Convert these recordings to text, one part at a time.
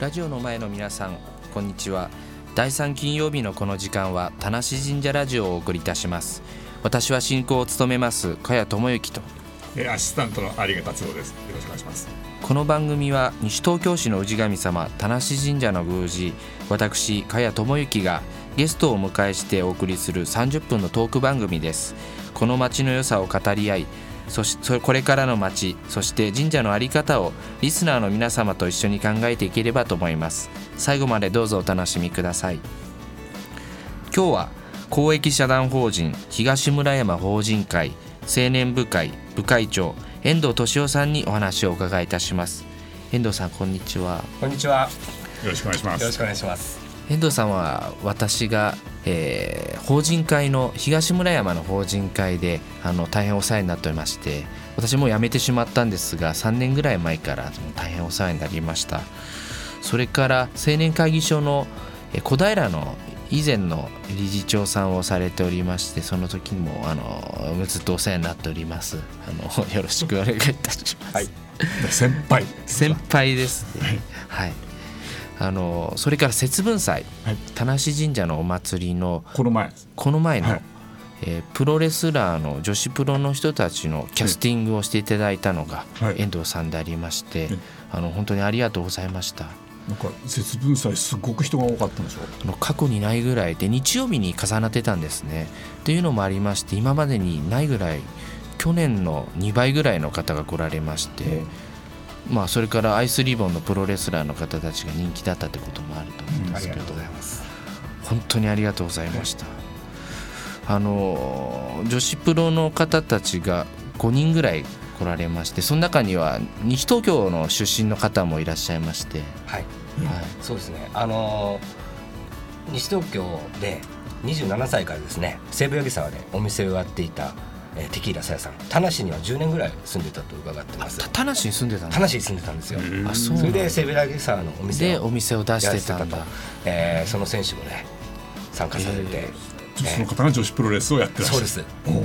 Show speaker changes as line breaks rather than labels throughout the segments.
ラジオの前の皆さんこんにちは第3金曜日のこの時間は田無神社ラジオをお送りいたします私は進行を務めます加谷智之と
えーアシスタントの有賀達郎です。よろしくお願いします。
この番組は西東京市の氏神様田無神社の宮司私加谷智之がゲストをお迎えしてお送りする30分のトーク番組ですこの町の良さを語り合いそしそこれからの町そして神社の在り方をリスナーの皆様と一緒に考えていければと思います最後までどうぞお楽しみください今日は公益社団法人東村山法人会青年部会部会長遠藤敏夫さんにお話をお伺いいたします遠藤さんこんにちは
こんにちは。
よろしくお願いしま
よろし
す。
くお願いします。
遠藤さんは私が、えー法人会の東村山の法人会であの大変お世話になっておりまして私もう辞めてしまったんですが3年ぐらい前から大変お世話になりましたそれから青年会議所のえー小平の以前の理事長さんをされておりましてその時もあのずっとお世話になっておりますあの よろしくお願いいたします、
はい
先輩。
先輩ですね。はい。あのそれから節分祭、
はい
田無神社のお祭りの
この前。
この前の、
はい
えープロレスラーの女子プロの人たちのキャスティングをしていただいたのが
はい
遠藤さんでありまして、
え
あの本当にありがとうございました。
なんか節分祭すごく人が多かったんでしょ
あの過去にないぐらいで日曜日に重なってたんですね。というのもありまして今までにないぐらい去年の2倍ぐらいの方が来られまして。まあ、それからアイスリボンのプロレスラーの方たちが人気だったってこともあると思うんですけど、
ます。
本当にありがとうございました、あの女子プロの方たちが5人ぐらい来られましてその中には西東京の出身の方もいらっしゃいまして、
はい。
はい、
そうですね。あのー西東京で27歳からですね、西武八木沢でお店をやっていた、えーテキーラさやさん、田無には10年ぐらい住んでたと伺ってます。
た田無に住んでたの
田無に住んでたんですよ。
あそうな
それ
んだ
で西武八木沢のお店
で
を
お店を出
や
し
ってて
た
た
ん
と
だ、
えーその選手もね参加されて、
う。その方が女子プロレスをやってらっしゃ
そう
る。
です。はい。
おー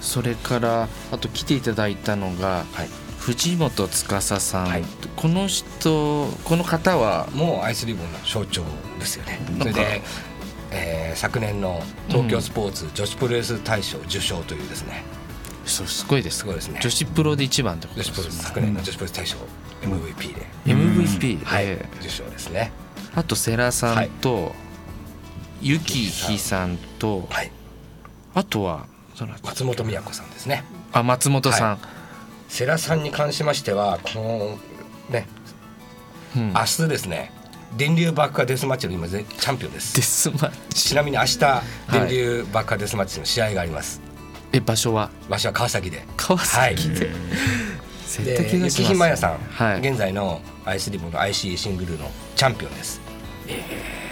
それからあと来ていただいたのが
はい。
藤本司さん、
はい
この人この方は
もうアイスリボンの象徴ですよね。そ
ん
れ
か
で、えー昨年の東京スポーツ女子プロレス大賞受賞というですね、
そうすごいです
すごいですね
女子プロで一番ってこと
女
です
子プロレス
ね
昨年の女子プロレス大賞 MVP で、
MVP、
はい
えー
受賞ですね。
あと世良さんと、ゆきひさんと、
はい。
あとはその
松本美也子さんですね。
あ松本さん、
世良さんに関しましてはこのね
うん
明日ですね電流爆破デスマッチの今ぜチャンピオンで。
ですすま
ちなみに明日電流爆破デスマッチの試合があります。
え場所は
場所は川崎で。
川崎で、
はい
絶対
で
怪我
雪
し
ひま
ま
や
す
さん、
はい
現在のアイスリボンの IC シングルのチャンピオンです。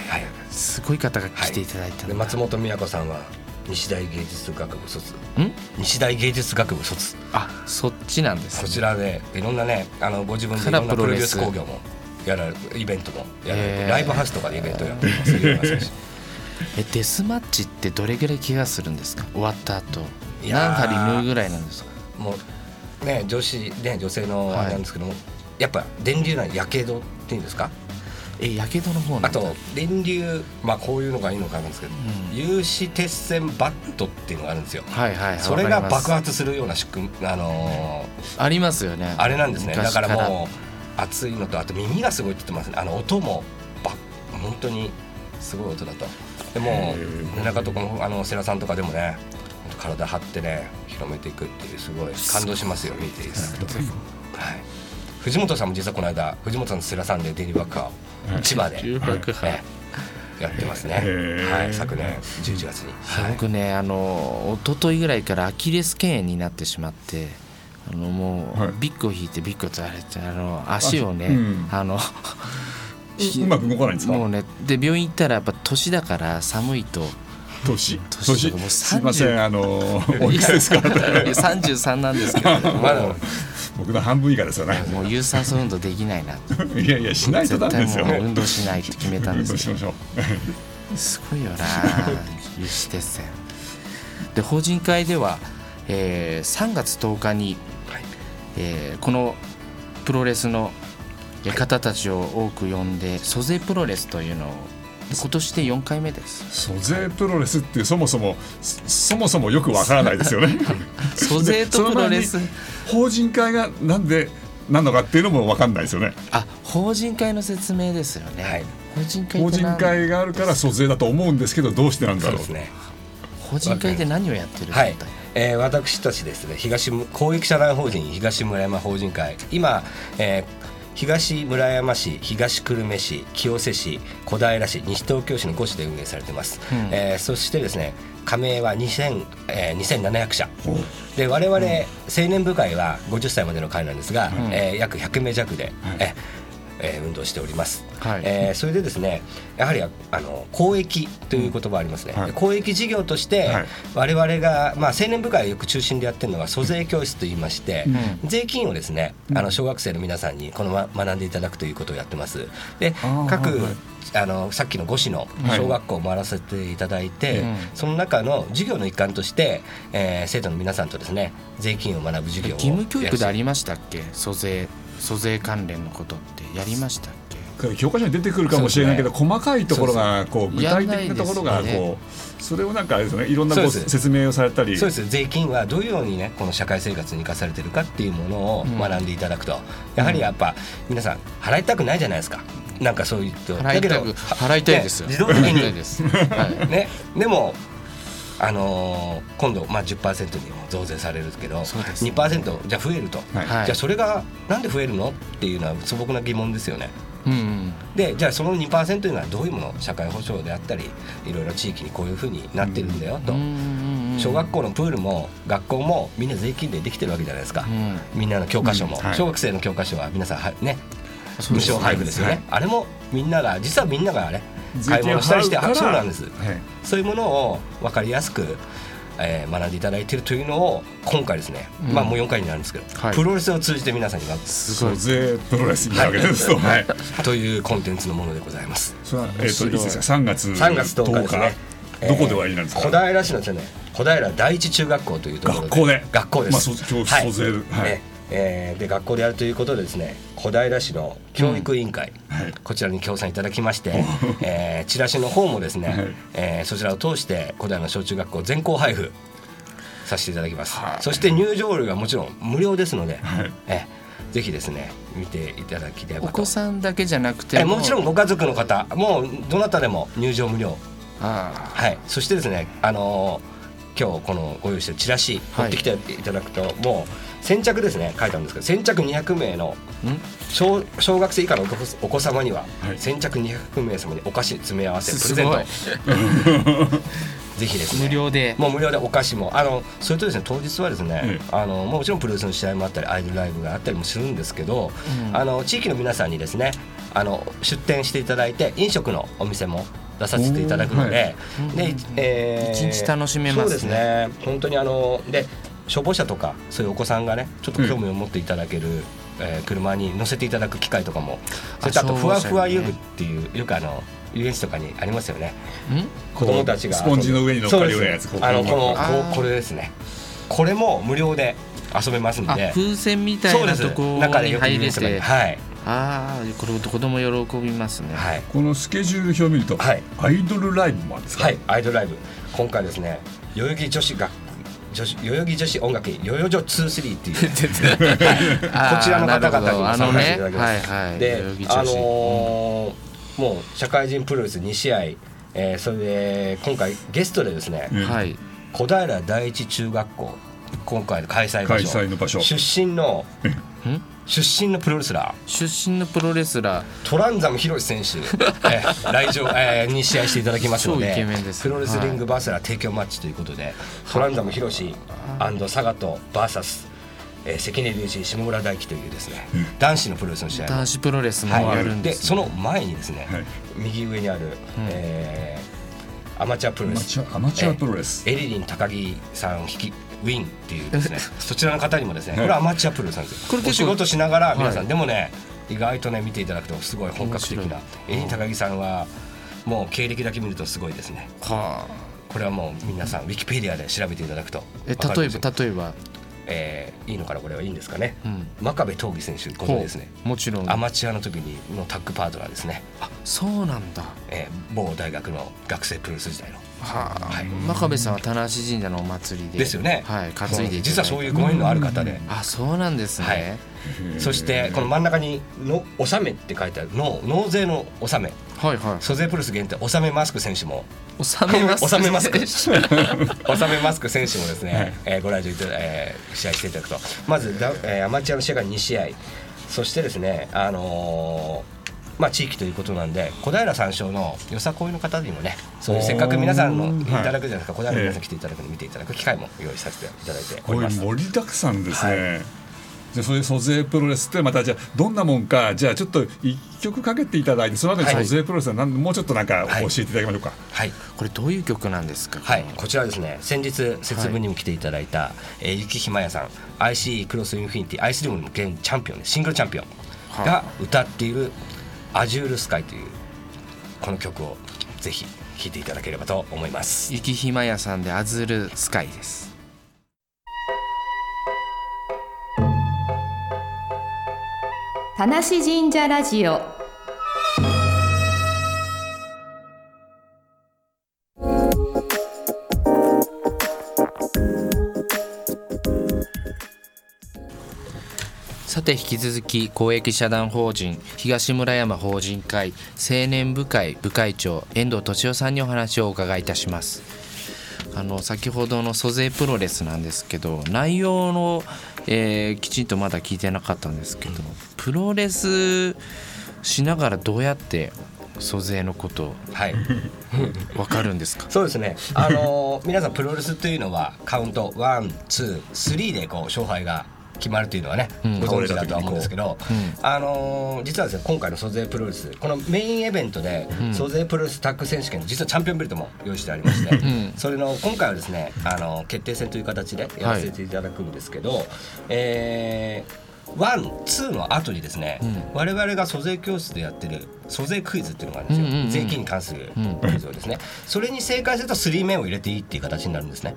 はい、
すごい方が来ていただいたん
で
だ、
松本美也子さんは西大芸術学部卒
ん
西大芸術学部卒
あそっちなんです、
こ
ね、
ちらでいろんなねあのご自分でいろん
から
な
プ
プ
ロ
ロ
レ
デュー
ス
ス工業もやられイベントもやられて、
へー
ライブハウスとかでイベントやってますような 選手
えデスマッチってどれぐらい怪我するんですか終わった後
いや
何
ー
針縫うぐらいなんですか
もうね女子ね女性の
はい
あれなんですけども、やっぱ電流なんやけどっていうんですか
えやけどの方な
あ
んだ
と電流まあこういうのがいいのかなんですけど、
うん
有刺鉄線バットっていうのがあるんですよ
はいはいはい
それが
わかります
爆発するような仕組みあのー
ありますよね
あれなんですねだ
昔
からもう熱いのとあと耳がすごいって言ってますねあの音もば本当にすごい音だとでもう中とかもあの世良さんとかでもねほんと体張ってね広めていくっていうすごい感動しますよ見ていくと、はい、藤本さんも実はこの間藤本さんと世良さんでデニバッカーを千葉で、
重爆破
ねやってますね、
へー
はい、昨年11月に、はい
僕ねあの一昨日ぐらいからアキレス腱炎になってしまってあのもう、
はい
ビッグを引いてビッグを取られてあの足をね
足うん
あの
ううまく動かないんですか。
もうねで病院行ったらやっぱ年だから寒いと
年。
年
年。す
三十
いませんあのーおいくつですか。
33なんですけど、ね、
まだ
僕の半分以下ですよね。
もう有酸素運動できないなと
いやいやしないと
絶
ダメ
対
ですよ。
もう運動しないって決めたん
運
です
動
けど
しましょう。
すごいよな有刺鉄線で法人会では、えー3月10日に、
はい
えーこのプロレスのえ方たちを多く呼んで租税プロレスというのを今年で4回目です
租税プロレスってそもそもそそもそもよくわからないですよね
租税とプロレス
その前に法人会がなんでなんのかっていうのもわかんないですよね
あ法人会の説明ですよね、
はい
法人会
法
って
人
何
会があるから租税だと思うんですけどどうしてなんだ
そう
ろ
で
う
すね
法人会で何をやってるんだ
は
っ
い
た、
えー私たちですね東む公益社団法人東村山法人会今、えー東村山市、東久留米市、清瀬市、小平市、西東京市の5市で運営されています、
うん
えーそしてですね加盟は2000、えー2700社
ほう
で我々青年部会は50歳までの会なんですが、
ん
えー約100名弱で、
はい
ええー運動しております、
はい
えーそれでですねやはりあの公益という言葉ありますね、
はい
公益事業として
はい
我々が、まあ、青年部会をよく中心でやってるのが租税教室といいまして、税金をですねあの小学生の皆さんにこの、ま、学んでいただくということをやってますで
ー
各、
はいはい
あのさっきの5市の小学校を回らせていただいて、
うん
その中の授業の一環として、えー生徒の皆さんとですね税金を学ぶ授業を
義務教育であ
り
りましたっけ租税租税関連のことってやりましたっけ
教科書に出てくるかもしれないけど、細かいところがこう具
やら
体
ない
的
で
な
すよね
ところがこうそれをなんかあれですよねいろんなこう
そうです
説明をされたり
そうです税金はどういうようにねこの社会生活に生かされてるかっていうものを
うん
学んでいただくと、やはりやっぱ皆さん払いたくないじゃないですかなんかそういうと
払いた
だ
く
けど
払いたいですよ、
ね自動的に
払い たいです、はい、
ね、でも、あのー今度、まあ、10%にも増税されるけど、
そうです
2%じゃあ増えると、
はい
はい
じゃあそれがなんで増えるのっていうのは素朴な疑問ですよね。
うんうん
でじゃあその2%というのはどういうもの社会保障であったりいろいろ地域にこういうふうになってるんだよと、
うんうんうん
小学校のプールも学校もみんな税金でできてるわけじゃないですか、
うん
みんなの教科書も、
うんはい
小学生の教科書は皆さんはね
そう
無
です
償配布ですよね、
はい
あれもみんなが実はみんながあれ
税
買い
金を
物したりし
払
て
うから
そうなんです、
はい
そういうものを分かりやすく、えー学んでいただいているというのを今回ですね、
うん
まあもう4回になるんですけど、
はい
プロレスを通じて皆さんに学
すご
租
い
税プロレスになるわけですと、はい
ぶというコンテンツのものでございます。
それはえっ、
面白
と
い
いつですか3月
3月10日ですね。
10日どこで終わりなんですか、
えー小平市のですね、小平第一中学校というところで
学校で
学校です。
まあそうそうそうそうはい
ねえーで学校でやるということでですね、小平市の教育委員会、
はい
こちらに協賛いただきまして、えーチラシの方もですね、
はい
えーそちらを通して小平の小中学校全校配布させていただきます。
はい
そして入場料がもちろん無料ですので、
はい
えーぜひですね見ていただきたい
お
ばと
子。さんだけじゃなくて
えーもちろんご家族の方、もうどなたでも入場無料。
あ
はい、そしてですね、あのー今日このご用意してるチラシ
は
持
い
ってきていただくと、もう先着ですね書いたんですけど先着200名の
あん
小小学生以下のお子お子様には、
はい
先着200名様にお菓子詰め合わせプ
す
レゼン
ご
ト
い
ぜひですね
無料で
もう無料でお菓子もあのそれとですね当日はですね
え、
あのもちろんプロレスの試合もあったりアイドルライブがあったりもするんですけど、
うん
あの地域の皆さんにですねあの出店していただいて飲食のお店も出させていただくので、
おーは
で
い
いえー
一日楽しめますね
そうですね本当にあので消防車とかそういうお子さんがねちょっと興味を持っていただける、えー車に乗せていただく機会とかもそれとあと
あ
ふわふわ遊
消防車に
具っ
ね
ていうよくあの遊園地とかにありますよね
こ
子
う
供たちが
スポンジの上に乗っかるようなやつ
そうですあのこのこ
あー
うこれですねこれも無料で遊べますん
あ
で
風船みた
そ
いう
で
な
す
とこ
中で
に
よく
入
見
れ
る人がい
て
るはい
ああこれ子供喜びます ね
はい
このスケジュール表を見ると、
はい
アイドルライブもあるんですか、
はいアイドルライブ今回ですね代々木女子学女子代々木女子音楽院代々女23っていうね、
あー
こちらの方々に
なるほ
も
どあの
参加してい
ね
ただき
は
ま
い
す。
はい代
で
々木、女子
あのーもう社会人プロレス2試合、えーそれで今回ゲストでですね、
うん
はい
小平第一中学校今回の開催場所
開催の場所
出身の
ん
出身のプロレスラー
出身のプロレスラー
トランザムヒロシ選手、えー来場、えーに試合していただきますの
超
で
イケメンです
プロレスリングバーサラ提供マッチということで、トランザムヒロシ佐賀とバーサス、えー関根隆一下村大樹というですね男子のプロレスの試合も
男子プロレスも
は
や
い
るん
で
です
そ
ね
の前にですね、
はい
右上にある、えーアマチュアプロ
ア
レ
マ
ス
チュアアマチュアプロレス、
エリリン高木さん引きウィンっていうで すねそちらの方にもですねこれアマチュアプロレスなんですよ
これ結構
お仕事しながら皆さん、
はい
でもね意外とね見ていただくとすごい本格的な
面白い
エリリン高木さんはもう経歴だけ見るとすごいですね
はあ
これはもう皆さんウィキペディアで調べていただくと
え
わかるんですよ
例えば例えば
えーいいのかなこれはいいんですかね
うん
真壁闘技選手ご存知ですね
ほうもちろん
アマチュアの時にのタッグパートナーですね、
あそうなんだ
えー某大学の学生プロレス時代の
はあ、
はい
真壁さんは田無神社のお祭りで
ですよね、
はい、担いでいただいた
実はそういうご縁のある方で、
あそうなんですね、
はいそしてこの真ん中にの「納め」って書いてあるの納税の納め
はいはい。
租税プロレス限定納めマスク選手も
収めます。
納めます か
は
納めマスク選手もですね、えーご来場いただ、えー試合していただくとまずだ、えーアマチュアの試合が2試合そしてですねあのーまあ地域ということなんで小平山椒のよさこいの方にもねそういうせっかく皆さんの
おー
いただくじゃないですか小平の皆さ
え
ん
え
来ていただくの見ていただく機会も用意させていただいてお
こ
り
れ
ます。
盛りだくさんですね。じゃあそういう租税プロレスってまたじゃあどんなもんかじゃあちょっと一曲かけていただいてその後に
はい
租税プロレスは何もうちょっとなんか
は
教
い
えていただきましょうか。
はい
これどういう曲なんですか。
はい、こちらですね先日節分にも来ていただいた、えー、雪ひまやさん ICE クロスインフィニティアイスリムの現チャンピオンねシングルチャンピオン
はい
が歌っている「アジュールスカイ」というこの曲をぜひ聴いていただければと思います。
雪ひまやさんでアズールスカイです。
田無神社ラジオ
さて引き続き公益社団法人東村山法人会青年部会部会長遠藤敏夫さんにお話をお伺いいたします。あの先ほどの租税プロレスなんですけど内容の、えーきちんとまだ聞いてなかったんですけど、プロレスしながらどうやって租税のこと
はい、
わかるんですか
そうですね、あのー皆さんプロレスというのはカウントワンツースリーでこう勝敗が決まるというのはね、
ん
ご存知だとは思うんですけど、あのー実はですね今回の租税プロレスこのメインイベントで租税プロレスタッグ選手権の実はチャンピオンベルトも用意してありまして、それの今回はですね、あのー決定戦という形でやらせていただくんですけど、えーワン、ツーの後にですね、我々が租税教室でやってる租税クイズっていうのがあるんですよ、
うんうんうん
税金に関するクイズをですね、それに正解すると3面を入れていいっていう形になるんですね。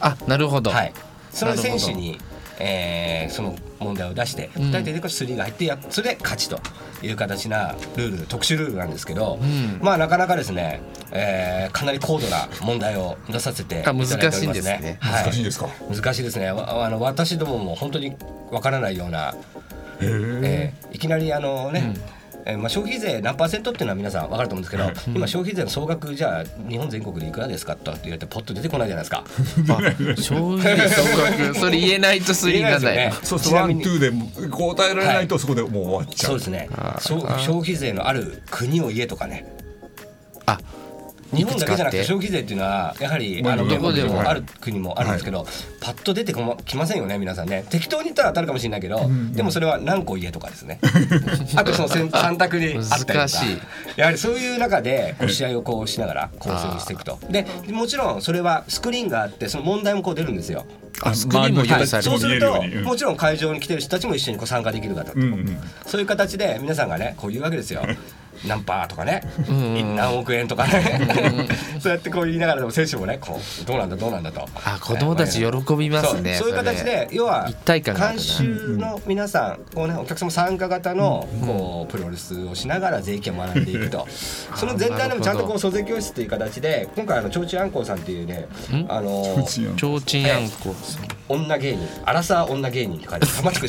あなるほど、
はい、その選手
な
に、えーその問題を出して
ん
2人で3が入ってやそれで勝ちという形なルール特殊ルールなんですけど、
ん
まあなかなかですね、えーかなり高度な問題を出させていただいてお
あ
りま
難し
す
いんで
ね。
すね
は
難しいですか。
難しいですねわあの私どもも本当にわからないような、
へー
えーいきなりあのね、えーまあ、消費税何パーセントっていうのは皆さん分かると思うんですけど、今消費税の総額じゃあ日本全国でいくらですかと言われてポッと出てこないじゃないです か。
あ消費税総額それ言えないとスリーがない
言えないですよね
そうする
ち
と
な
ワ
み
ン
に
ツーでも答えられないとそこでもう終わっちゃ
そう
う。
ですね。そう消費税のある国を言えとかね。
あ
日本だけじゃなくて
いくつかあ
消費税っていうのはやはり
まあ
あの
ど
ど
こ
こ
で
で
も
もある国もあるんですけど、パッと出てこまきませんよね皆さんね。適当に言ったら当たるかもしれないけど、でもそれは何個言えとかですね。あとその選三択にあったりとか
難しい。
やはりそういう中でこう試合をこうしながら構成にしていくと。でもちろんそれはスクリーンがあってその問題もこう出るんですよ。
あスクリーンも
周りの人
用
は
意
い、
さ
そ
れてる
うする
見え
と
るようにうん
もちろん会場に来てる人たちも一緒にこう参加できる方と
うんうん。
そういう形で皆さんがねこう言うわけです よ。何パーとかね、
んうん
何億円とかね、 そうやってこう言いながらでも選手もねこうどうなんだどうなんだと。
あ子供たち喜びますね
そうそういう形で要は
一体感がある
監
な
修の皆さんこうねお客様参加型のこうプロレスをしながら税金を学んでい くとその全体でもちゃんとこう租税教室っていう形で今回あの提灯あんこうさんっていうねあの
うちの
ちょうちんあんこさん
女芸人荒沢女芸人って書いてある玉造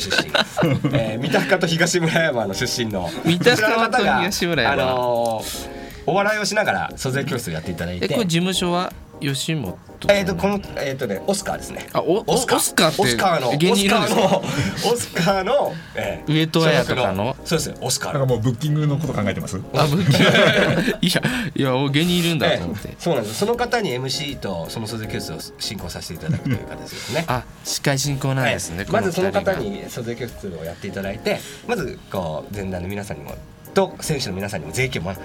出身、えー三鷹と東村山の出身の
三鷹と
こちらの方が
東村山
あのーお笑いをしながら租税教室をやっていただいて
えこれ事務所は吉本
えー、とこの、えーとね、オスカーですね
あおオスカーって
オスカーの
芸人いるんですか
オスカーのオスカーの、え
上戸彩とかの
所属そうですオスカー
なん
の
かもうブッキングのこと考えてます。
あ武器 いやいやお芸人いるんだ
え
と思って、
えそうなんですその方に MC とその租税教室を進行させていただくという形ですね
あ司会進行なんですね、
はい
こ
まずその
二人が
方に租税教室をやっていただいてまずこう前段の皆さんにもと選手の皆さんにも税金を学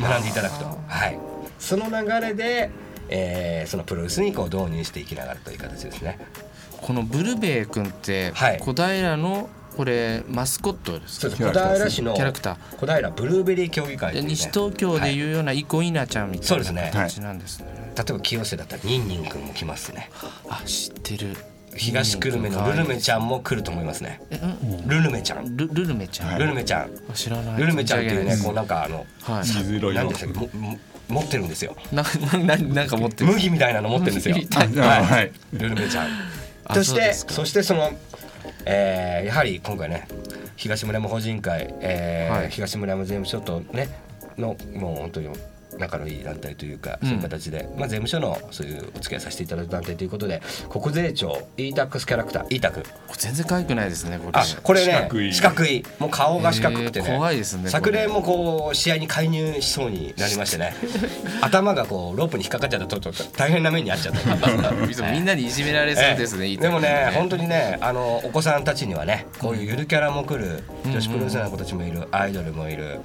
学んでいただくと、はい、その流れで、えーそのプロレスにこう導入していきながらという形ですね。
このブルベイ君って、
はい
小平のこれマスコットです
そう
か
です小平市の
キャラクター
小平ブルーベリー協議会と
で
いうね、
西東京で
う、
いうようなイコイナちゃんみたい
そうです
な
ね
形なんですね、
例えば清瀬だったらニンニン君も来ますね
あ知ってる
東久留米のルルメちゃんも来ると思いますね
えうん
ルルメちゃん
ルルルメちゃん、
ルルメちゃん
あ知らない
ルルメちゃんっていうね
存じ
こ
上
うなんかあの
げないです
水色い
何
の
でしたっけもも持ってるんですよ
はいななななんか持ってる
麦みたいなの持ってるんですよ
麦みた
あ
い
じゃあ
は
はい
ルルメちゃん
あ
そし
う
て
ですか
そしてその、えーやはり今回ね東村山法人会、えー
はい
東村山税務署とねのもう本当に仲のいい団体というか、
うん
そういう形で、まあ、税務署のそういうお付き合いさせていただく団体ということで国税庁 e-tax キャラクター e-tax
これ全然可愛くないですねこれ
あこれね
四
四
角
角
い
いもう顔が四角くてね、
えー怖いですねこれ
昨年もこう試合に介入しそうになりまし てね頭がこうロープに引っかかっちゃったとと大変な目にあっちゃった。
みんなにいじめられそうですね、
え
い
え
い
でもね本
当
当にねあのお子さんたちにはねこういうゆるキャラも来る、女子プロレスラーの子たちもいるアイドルもいる、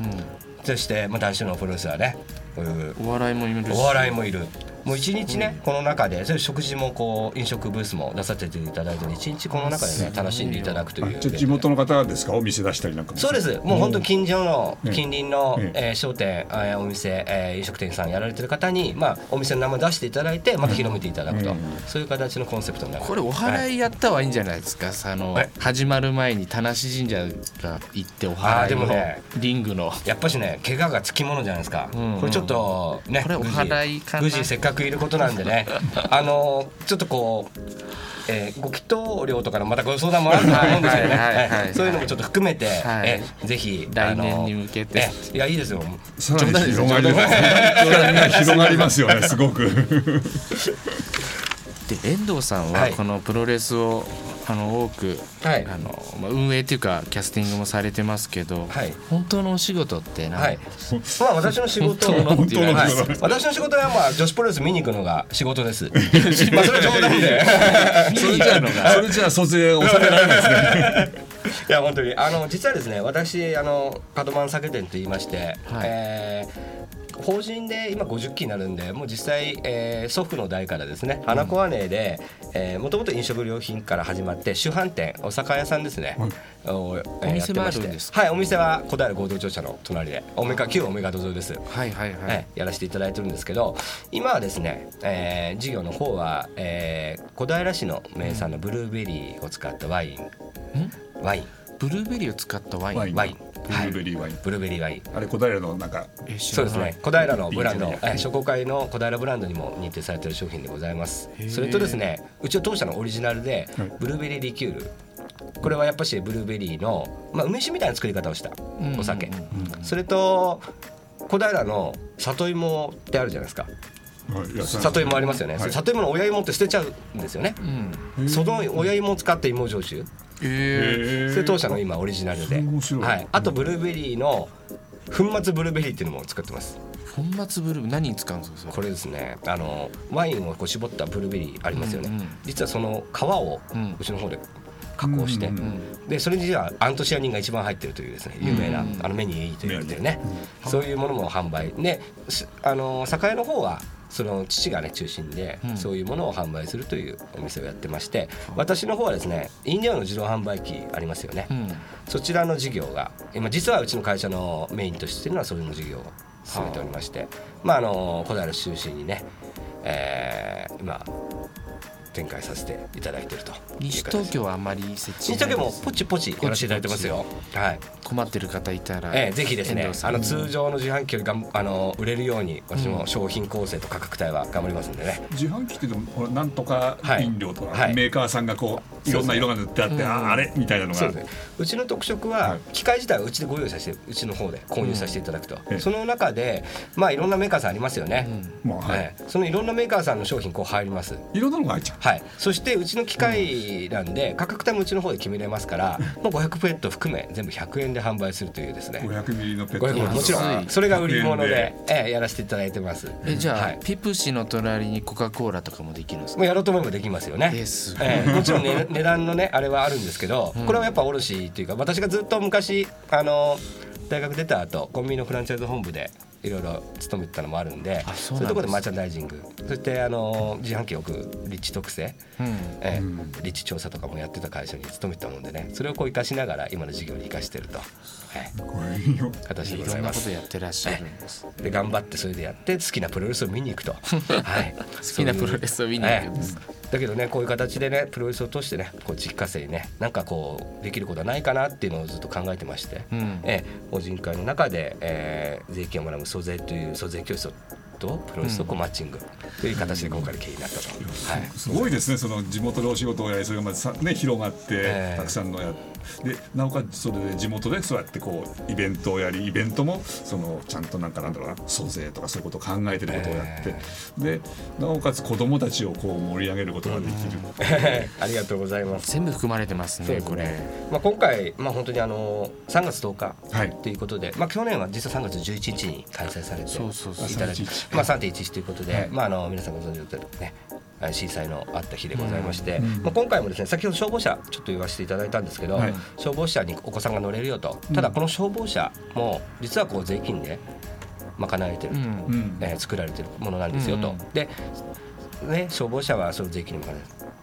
そして、まあ、男子のプロレスラーねこういう
お笑いもいるし
お笑いもいる。もう一日ね、この中で、そういう食事もこう飲食ブースも出させていただいて、一日この中でね、楽しんでいただくと
あ
いう。
ちょ地元の方ですかお店出したりなんかも
そうです。もう本当近所の
ええ
近隣の、
ええ
えー商店、えーお店、えー飲食店さんやられてる方に、まあお店の名前出していただいて、また広めていただくと、
うん
そういう形のコンセプトになる。
これお
は
祓いやったはいいんじゃないですか、あの
え
始まる前に田無神社が行ってお祓
あー
い
で
の、
もね
リングの
やっぱしね怪我がつきものじゃないですか、
うんうん
これちょっとね
これお祓いかな
宮司せっかくいることなん でねあのちょっとこう、えーご祈祷料とかのまたご相談もあると思うんですけどね
はいはいはいはい
はいそういうのもちょっと含めて、
はい
えーぜひ
来年に向けて
あのえいやいいですよ
さらに広がります広がりますよねすごく
で遠藤さん
は
はいこのプロレスをあの多く、
はい
あのまあ運営っていうかキャスティングもされてますけど、
はい
本当のお仕事って何、
はいまあ私の仕 事
本当の
本当の
はい
ところ、
私の仕事はまあ女子プロレス見に行くのが仕 事です。まあそれは冗談で。
そ れじゃあそれじゃあ租税を納められないですね
いや本当にあの実はですね私あのカドマン酒店と言いまして、
はい
えー法人で今50期になるんでもう実際、えー祖父の代からですね花子姉でもともと飲食料品から始まって主販店お酒屋さんですね、をえー
お
やっ
店
て
もあ
ま
る
し
ん
て
です
はいお店は小平合同庁舎の隣でオメガ旧オメガ土蔵です
はいはいはい、
ええやらせていただいてるんですけど今はですね、えー事業の方は、えー小平市の名産のブルーベリーを使ったワイン、ワイン
ブルーベリーを使ったワイン
ワイン
ワイン
ブルーベリーワイン
ブルーベリーワイン
あれ小平のなんか
え知
そ
ら
う
な
で
い
すね小平のブランド
いい
え
じゃない
ー商工会の小平ブランドにも認定されている商品でございますそれとですねうちの当社のオリジナルでブルーベリーリキュールこれはやっぱしブルーベリーの、まあ、梅酒みたいな作り方をした
うん
お酒、
うん
それと小平の里芋ってあるじゃないですか
はいいや
里芋ありますよね、
はい
里芋の親芋って捨てちゃうんですよね
うん
その親芋を使って芋焼酎
えー
へー
それ当社の今オリジナルで、
面白い
はい、あとブルーベリーの粉末ブルーベリーっていうのも作ってます
粉末ブルー何に使うんですかそれ
これですねあのワインをこう絞ったブルーベリーありますよね、
うんうん
実はその皮を
うん
うちの方で加工して、
うんうん
でそれに実はアントシアニンが一番入ってるというですね有名な、あの目にいいと言われてるね、そういうものも販売ですあの酒屋の方はその父がね中心で、
うん
そういうものを販売するというお店をやってまして私の方はですね飲料の自動販売機ありますよね、
うん
そちらの事業が今実はうちの会社のメインとしているのはそれの事業を進めておりまして、まああの小平市中心にね、えー今展開させていただいているという形
西東京はあんまり設置
西東京もポチポチやらせていただいてますよはい、
困ってる方いたら、
えーぜひです
遠
ね
藤さ
あ
ん
の通常の自販機よりがんあの売れるように私も商品構成と価格帯は頑張りますんでね、
自販機ってでもほらなんとか飲料とか、
はいはい
メーカーさんがこういろんな色が塗ってあって、ああれみたいなのが
そうですね、うちの特色は機械自体はうちでご用意させてうちの方で購入させていただくと、
ええ
その中でまあいろんなメーカーさんありますよね、
もうはい、
はい、そのいろんなメーカーさんの商品こう入ります。
いろんなのが入っちゃう
はい、そしてうちの機械なんで価格帯もうちの方で決めれますから、もう500ペット含め全部100円で販売するというですね
500ミリのペットボ
500
トル
もちろんそれが売り物で、ええやらせていただいてます
えじゃあ、
はい
ピプシの隣にコカ・コーラとかもできるんですか
もうやろうと思えばできますよね、
ええすごい
ええもちろん、ね、 値段のねあれはあるんですけど、これはやっぱ卸というか私がずっと昔あの大学出た後コンビニのフランチャイズ本部でいろいろ勤めてたのもあるんで
あそうなんです
そういうところでマーチャンダイジングそしてあの自販機を置く立地特性、
うん
ええ立地調査とかもやってた会社に勤めてたもんでねそれをこう生かしながら今の事業に生かしてると、ええ
これいいよ
形で
い
ご
ろ
ざい
んな
ま
こと
す。
やってらっしゃるんです
で頑張ってそれでやって好きなプロレスを見に行くと、はい、好
きなプロレスを見に行くんです
ええだけどねこういう形でねプロレスを通してねこう実家生にねなんかこうできることはないかなっていうのをずっと考えてまして、
うん
ええ法人会の中で、えー税金を学ぶ租税という租税教室とプロレスとこうマッチングという形で今回の経緯になったと。はい
すごいですね、その地元でお仕事をやり、それがまずさ、ね、広がって、
ええ
たくさんのやでなおかつそれで地元でそうやってこうイベントをやりイベントもそのちゃんとなんかなんだろうな租税とかそういうことを考えてることをやって、でなおかつ子どもたちをこう盛り上げることができる、
ありがとうござい ます。
全部含まれてます
そう
ね
ですね
これ。
まあ、今回、まあ、本当にあの3月10日
はい
ということで、まあ、去年は実は3月11日に開催されて
そうそうそう
いただき
3.11
まあ、3.11ということで、
はい
まあ、あの皆さんご存知のとおりねあの震災のあった日でございまして、まあ、今回もですね先ほど消防車ちょっと言わせていただいたんですけど、
はい
消防車にお子さんが乗れるよとただこの消防車も実はこう税金で賄えてる
うん
と。
うん
えー作られてるものなんですよと、
うん
で、ね、消防車はその税金にもかか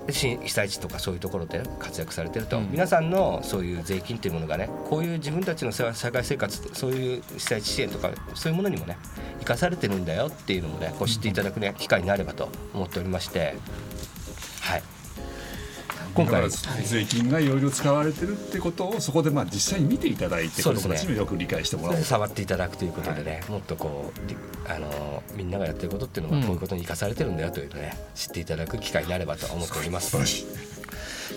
るでし被災地とかそういうところで活躍されてると、
うん
皆さんのそういう税金というものがねこういう自分たちの社社会生活そういう被災地支援とかそういうものにもね生かされてるんだよっていうのもねこう知っていただく、ね、機会になればと思っておりまして。はい
だか
今回
ら税金がいろいろ使われてるってことをそこでまあ実際に見ていただいて
そ
子
う
ど
です
も
ね
たちにもよく理解してもらおうと
触っていただくということでね、もっとこうりあのみんながやってることっていうの
うん
はこういうことに生かされてるんだよというのをね、知っていただく機会になればと思っております。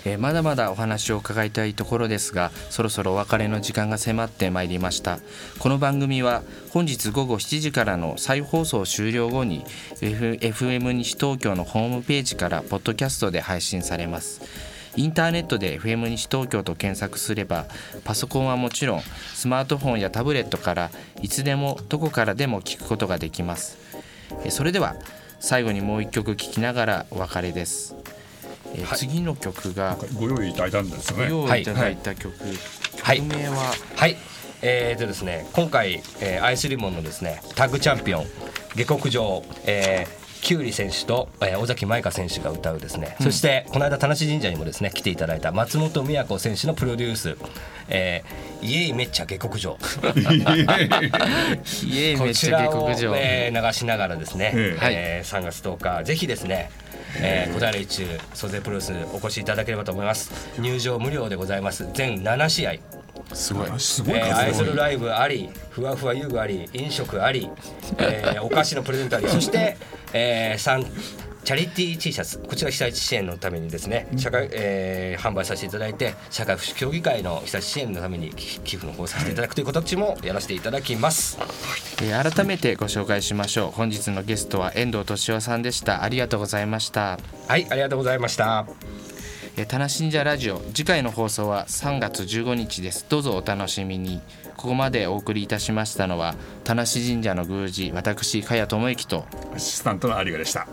えーまだまだお話を伺いたいところですがそろそろお別れの時間が迫ってまいりましたこの番組は本日午後7時からの再放送終了後に F- FM 西東京のホームページからポッドキャストで配信されますインターネットで FM 西東京と検索すればパソコンはもちろんスマートフォンやタブレットからいつでもどこからでも聞くことができますえーそれでは最後にもう一曲聴きながらお別れです、えー次の曲が
ご用意いただいたんですよ
ご
ね。
用意いただいた曲、
はい
曲名は
はい、えーとですね、今回、えーアイスリボンのですねタッグチャンピオン下克上、えー、キュウリ選手と、えー尾崎舞香選手が歌うですね、そしてこの間田無神社にもですね来ていただいた松本美也子選手のプロデュース、えー、イエイめっちゃ下克 上
「イエーイめ
こ
っ
ち
ちゃ
ら
下
を、
克上」
えー流しながらですね、
え
え
えー3月10日ぜひですね、えー、小平一中租税プロレスお越しいただければと思います入場無料でございます全7試合
すごい
すごい
えー、アイ
数
ド
多
ル
い
ライブありふわふわ遊具あり飲食あり、え ーお菓子のプレゼントありそして、えー、さんチャリティー T シャツこちら被災地支援のためにですね社会、えー販売させていただいて社会福祉協議会の被災地支援のために寄寄付の方をさせていただくという形もやらせていただきます、
えー改めてご紹介しましょう本日のゲストは遠藤敏夫さんでしたありがとうございました
はいありがとうございました
えー「たな信者ラジオ」次回の放送は3月15日ですどうぞお楽しみにここまでお送りいたしましたのは田無神社の宮司私加谷智之と
アシスタントの有賀でした。